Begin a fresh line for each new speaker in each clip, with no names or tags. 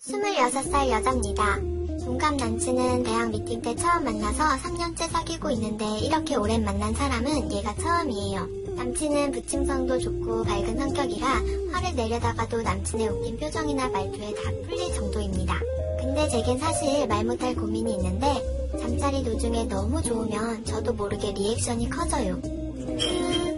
26살 여자입니다. 동갑 남친은 대학 미팅 때 처음 만나서 3년째 사귀고 있는데 이렇게 오랜 만난 사람은 얘가 처음이에요. 남친은 부침성도 좋고 밝은 성격이라 화를 내려다가도 남친의 웃긴 표정이나 말투에 다 풀릴 정도입니다. 근데 제겐 사실 말 못할 고민이 있는데 잠자리 도중에 너무 좋으면 저도 모르게 리액션이 커져요. 흐흐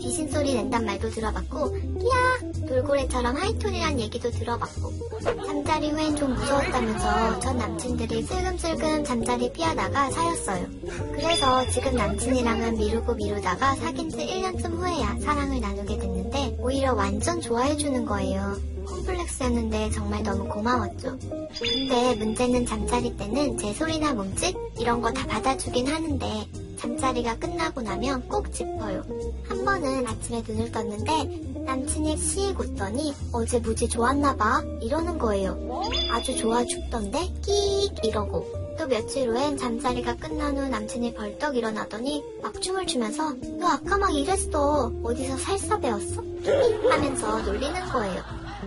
귀신 소리 낸단 말도 들어봤고 끼야 돌고래처럼 하이톤이란 얘기도 들어봤고 잠자리 후엔 좀 무서웠다면서 전 남친들이 슬금슬금 잠자리 피하다가 사였어요. 그래서 지금 남친이랑은 미루고 미루다가 사귄 지 1년쯤 후에야 사랑을 나누게 됐는데 오히려 완전 좋아해주는 거예요. 콤플렉스였는데 정말 너무 고마웠죠. 근데 문제는 잠자리 때는 제 소리나 몸짓 이런 거 다 받아주긴 하는데 잠자리가 끝나고 나면 꼭 짚어요. 한 번은 아침에 눈을 떴는데 남친이 시익 웃더니 어제 무지 좋았나봐 이러는 거예요. 아주 좋아 죽던데 끼익 이러고 또 며칠 후엔 잠자리가 끝난 후 남친이 벌떡 일어나더니 막 춤을 추면서 너 아까 막 이랬어 어디서 살사 배웠어? 끼익 하면서 놀리는 거예요.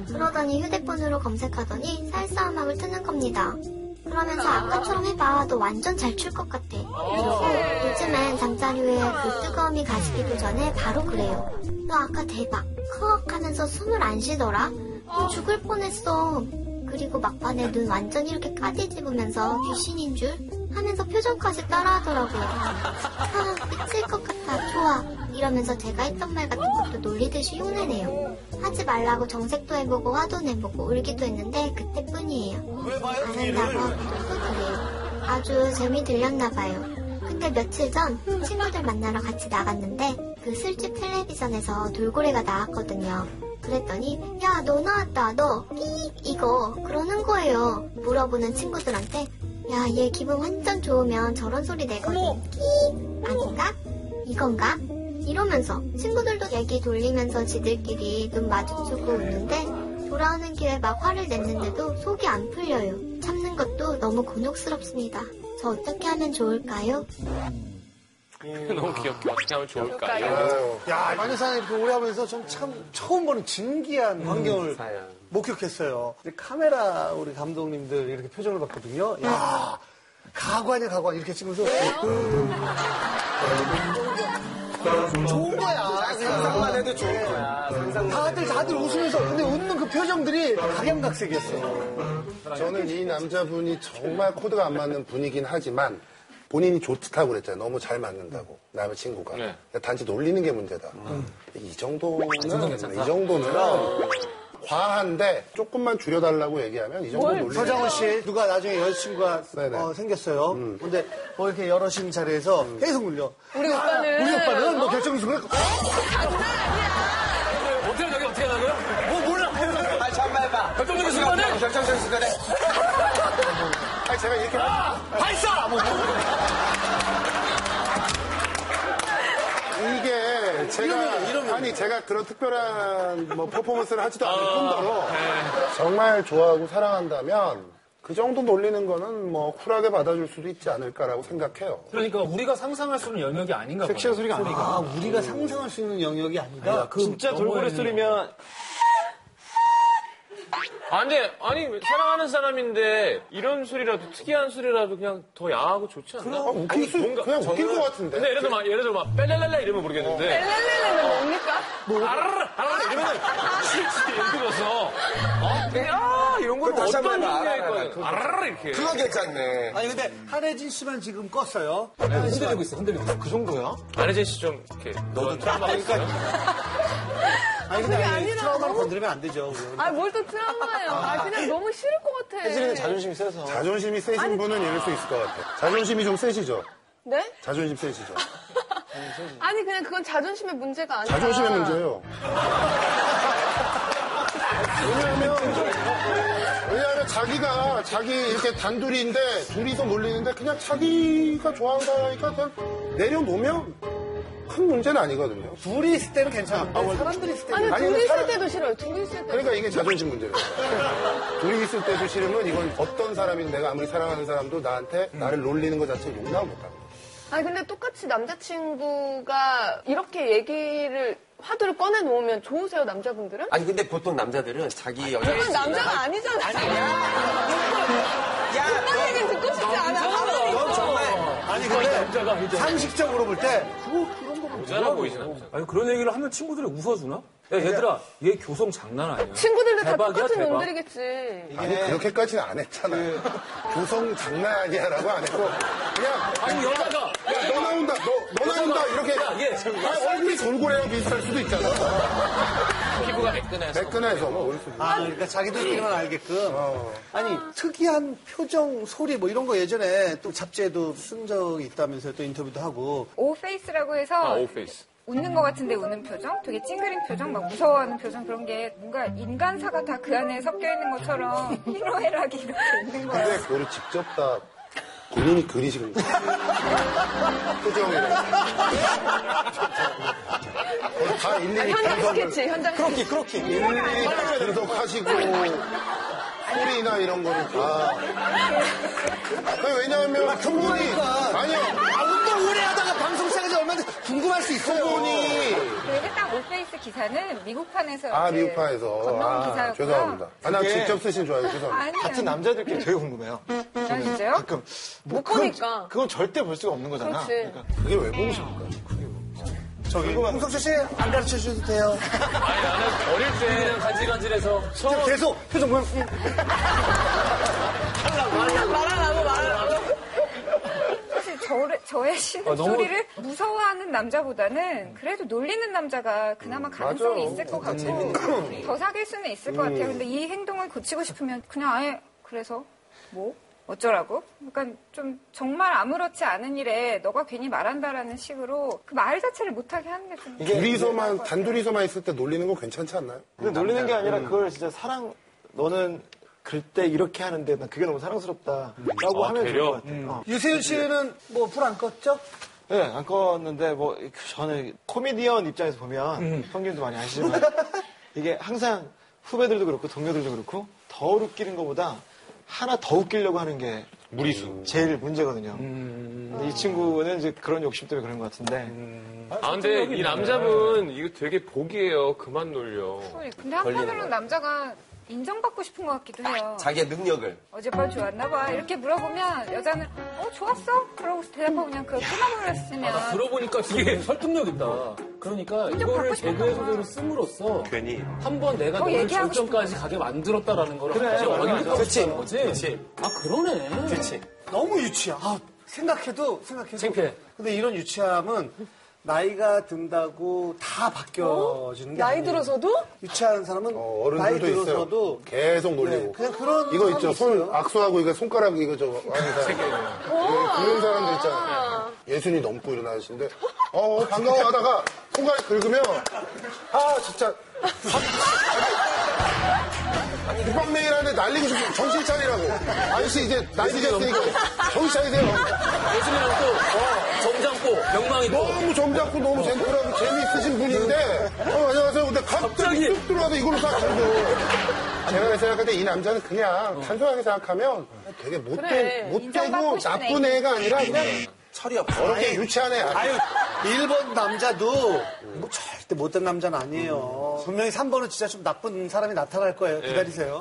그러더니 휴대폰으로 검색하더니 살사 음악을 트는 겁니다. 그러면서 아까처럼 해봐. 너 완전 잘 출 것 같아. 이러고 요즘엔 잠자리에 그 뜨거움이 가시기도 전에 바로 그래요. 너 아까 대박. 커억 하면서 숨을 안 쉬더라. 너 죽을 뻔했어. 그리고 막판에 눈 완전 이렇게 까지 집으면서 귀신인 줄 하면서 표정까지 따라하더라고요. 아, 미칠 것 같아. 좋아. 이러면서 제가 했던 말 같은 것도 놀리듯이 흉내내요. 하지 말라고 정색도 해보고 화도 내보고 울기도 했는데 그때뿐이에요. 안 한다고 또 그래요. 아주 재미 들렸나봐요. 근데 며칠 전 친구들 만나러 같이 나갔는데 그 술집 텔레비전에서 돌고래가 나왔거든요. 그랬더니 야 너 나왔다 너삐 이거 그러는 거예요. 물어보는 친구들한테 야 얘 기분 완전 좋으면 저런 소리 내거든 끼 아닌가 이건가 이러면서 친구들도 얘기 돌리면서 지들끼리 눈 마주치고 웃는데 돌아오는 길에 막 화를 냈는데도 속이 안 풀려요. 참는 것도 너무 곤혹스럽습니다. 저 어떻게 하면 좋을까요?
너무 귀엽게 어떻게 하면 좋을까요?
좋을까요?
야, 많은 사람 이렇게 오래 하면서 좀 참, 처음 보는 진기한 광경을 목격했어요. 근데 카메라 우리 감독님들 이렇게 표정을 봤거든요. 야, 가관이야, 가관. 이렇게 찍으면서. 좋은 거야. 아, 상상만 해도 좋은 거야. 다들, 다들 웃으면서. 근데 웃는 그 표정들이 각양각색이었어.
저는 이 남자분이 정말 코드가 안 맞는 분이긴 하지만 본인이 좋다고 그랬잖아요. 너무 잘 맞는다고 남자친구가. 그러니까
네.
단지 놀리는 게 문제다. 아, 이 정도는 어. 이 정도는 과한데 조금만 줄여달라고 얘기하면 이 정도 놀리는
서장훈 씨, 누가 나중에 여자친구가
네네.
어, 생겼어요. 근데 뭐 이렇게 여럿인 자리에서 계속 울려. 아,
우리 오빠는
우리 오빠는 뭐 결정 수을
어떻게 저게 어떻게 하나요?
아, 잠깐만 해봐.
결정적인 순간에?
결정적인 순간에.
아니, 제가 이렇게
발사! 뭐
이게 제가 아니 제가 그런 특별한 뭐 퍼포먼스를 하지도 않을 뿐더러 네. 정말 좋아하고 사랑한다면 그 정도 놀리는 거는 뭐 쿨하게 받아줄 수도 있지 않을까라고 생각해요.
그러니까 우리가 상상할 수 있는 영역이 아닌가 봐요.
섹시한 소리가 아니야. 아, 우리가 상상할 수 있는 영역이 아니다. 그
진짜 돌고래 소리면
아, 근데, 아니, 왜 사랑하는 사람인데, 이런 소리라도, 특이한 소리라도 그냥 더 야하고 좋지 않나?
아, 웃길 수, 그냥 웃길 것 같은데.
근데 예를 들어 막, 예를 들어 막, 뺄렐렐레 이러면
아,
모르겠는데,
렐렐레는 뭡니까?
아라라! 아라라! 이러면, 실지 예를 들어서, 어? 아! 이런 건
다시
어떤
한번 해봐.
분야일
아라라.
거야? 아라라! 이렇게.
그거 괜찮네.
아니 근데 한혜진 씨만 지금 껐어요. 네,
흔들리고 있어, 흔들리고 있어.
안혜진 씨 좀, 이렇게. 너도
아니 근데
그게
아니,
아니라
트라우마를
너무-
건드리면 안 되죠. 우리.
아, 뭘 또 트라우마예요. 아, 그냥 너무 싫을 것 같아.
세서.
자존심이 세신 분은 이럴 수 있을 것 같아요. 자존심이 좀 세시죠?
네?
자존심 세시죠?
아니, 그냥 그건 자존심의 문제가 아니라.
자존심의 문제예요. 왜냐하면, 왜냐하면 자기가 자기 이렇게 단둘이인데 둘이서 몰리는데 그냥 자기가 좋아한다니까 그냥 내려놓으면 큰 문제는 아니거든요.
둘이 있을 때는 괜찮아. 뭐 사람들이 있을 때는
아니,
아니,
둘이
사람-
있을 때도 싫어요. 둘이 있을 때도.
그러니까 이게 자존심 문제예요. 둘이 있을 때도 싫으면 이건 어떤 사람이든 내가 아무리 사랑하는 사람도 나한테 나를 놀리는 것 자체를 용납 못하는 거예요.
아니, 근데 똑같이 남자친구가 이렇게 얘기를 화두를 꺼내 놓으면 좋으세요 남자분들은?
아니 근데 보통 남자들은 자기 여자
그건 남자가 아니잖아. 아니야. 그딴 얘기를 듣고 싶지 않아. 가만히 있어.
아니 근데 상식적으로 볼 때 그거 그런 거
모자라 보이진 않죠.
아니 그런 얘기를 하면 친구들이 웃어주나? 야 얘들아 얘 교성 장난 아니야.
친구들도 다
대박이야,
똑같은
대박.
놈들이겠지.
아니 그렇게까지는 안 했잖아요.
그
교성 장난이야라고 안 했고 그냥
아니 여자가
야, 너 나온다, 너, 너 나온다, 이렇게.
예.
아, 얼굴이 돌고래랑 비슷할 수도 있잖아.
피부가 매끈해서.
매끈해서, 뭐, 어릴 수
아, 그러니까 자기들끼리만 알게끔.
어.
아니, 특이한 표정, 소리 뭐 이런 거 예전에 또 잡지에도 쓴 적이 있다면서요. 또 인터뷰도 하고.
오페이스라고 해서
아, 오페이스.
웃는 것 같은데 우는 표정, 되게 찡그린 표정, 막 무서워하는 표정 그런 게 뭔가 인간사가 다 그 안에 섞여 있는 것처럼 희로애락이 이렇게 있는 거예요.
근데 그거를 직접 다 본인이 그리시는 거예요. 표정을. 다 일일이
아, 현장
분석을.
스케치, 현장 스케치.
크로키 크로키.
음.
일일이 다 분석하시고, 소리나 이런 거를 다. 아니, 왜냐하면 충분히. 아니요.
아, 운동 오래 하다가 방송사에서 얼마 나 궁금할 수 있어요.
충분히.
그게 딱 오페이스 기사는 미국판에서
아,
이제
미국파에서.
건너온
아,
기사였고요.
죄송합니다. 아, 나 직접 쓰신 줄 알고 죄송합니다.
아니에요.
같은 남자들끼리 되게 궁금해요.
아, 진짜요?
가끔
못 보니까.
그건 절대 볼 수가 없는 거잖아.
그렇지.
그게 왜 보십니까?
저기, 홍석주 씨, 안 가르쳐 주셔도 돼요.
아니, 나는 어릴 때 간질간질해서 처음
계속 표정 보면. 음.
말하라고 말하라고.
사실 저를, 저의 신음 소리를 무서워하는 남자보다는 그래도 놀리는 남자가 그나마 가능성이 있을 것 같고 더 사귈 수는 있을 것 같아요. 근데 이 행동을 고치고 싶으면 그냥 아예 그래서 뭐 어쩌라고? 그러니까 좀 정말 아무렇지 않은 일에 너가 괜히 말한다라는 식으로 그 말 자체를 못하게 하는 게좀
둘이서만, 단둘이서만 있을 때 놀리는 거 괜찮지 않나요?
근데 놀리는 게
음.
아니라 그걸 진짜 사랑, 너는 그때 이렇게 하는데 난 그게 너무 사랑스럽다. 라고 하면 좋을 것 같아.
음.
요
어. 유세윤 씨는 뭐 불 안 껐죠?
예, 안 껐는데 뭐 저는 코미디언 입장에서 보면
음.
형님도 많이 아시지만 이게 항상 후배들도 그렇고 동료들도 그렇고 더 웃기는 것보다 하나 더 웃기려고 하는 게 무리수 제일 문제거든요.
음.
근데 이 친구는 이제 그런 욕심 때문에 그런 것 같은데
아, 근데 이 남자분 이거 되게 복이에요. 그만 놀려.
근데 한편으로는 남자가 인정받고 싶은 것 같기도 해요.
자기의 능력을
어젯밤 좋았나 봐. 이렇게 물어보면 여자는 어 좋았어? 그러고 대답하고 그냥 그거 끊어버렸으면
들어보니까 되게 설득력
뭐.
있다. 그러니까 이거를 개그 소재로 씀으로써
괜히
한 번 내가
더
너를
얘기하고
절정까지 가게 만들었다라는 걸 그래,
그치,
확인하는 거지.
그치.
아 그러네.
그렇지.
너무 유치야. 아, 생각해도, 생각해도.
창피해.
근데 이런 유치함은 나이가 든다고 다 바뀌어지는 게
나이
아니에요.
들어서도?
유치한 사람은
어,
나이
어른들도 있어요.
들어서도
계속 놀리고.
네, 그냥 그런
이거 있죠.
사람이
손
있어요.
악수하고 이거 손가락 이거 저거 하는 사람. 예, 그런 사람들 있잖아요. 예순이 넘고 일어나시는데 어, 어 반가워 하다가 손가락 긁으면 아 진짜 국밥메일 하는데 날리고 싶어 정신 차리라고 아저씨 이제 나이 드셨으니까 정신 차리세요
예수님이랑 또 점잖고 명망
뭐?
있고
너무 점잖고 너무 젠틀하고 재미있으신 분인데 어 안녕하세요 근데 갑자기
갑자기.
뚝 들어와서 이걸로 싹 긁어 제가 생각할 때 이 남자는 그냥 단순하게 생각하면 되게 못된
그래,
못되고
인정받고 싶은
나쁜 애가 아니라 그냥 철이 없어 어렵게 유치한 애 음. 아니야
아유, 일본 남자도 뭐 절대 못된 남자는 아니에요. 분명히 3번은 진짜 좀 나쁜 사람이 나타날 거예요. 기다리세요.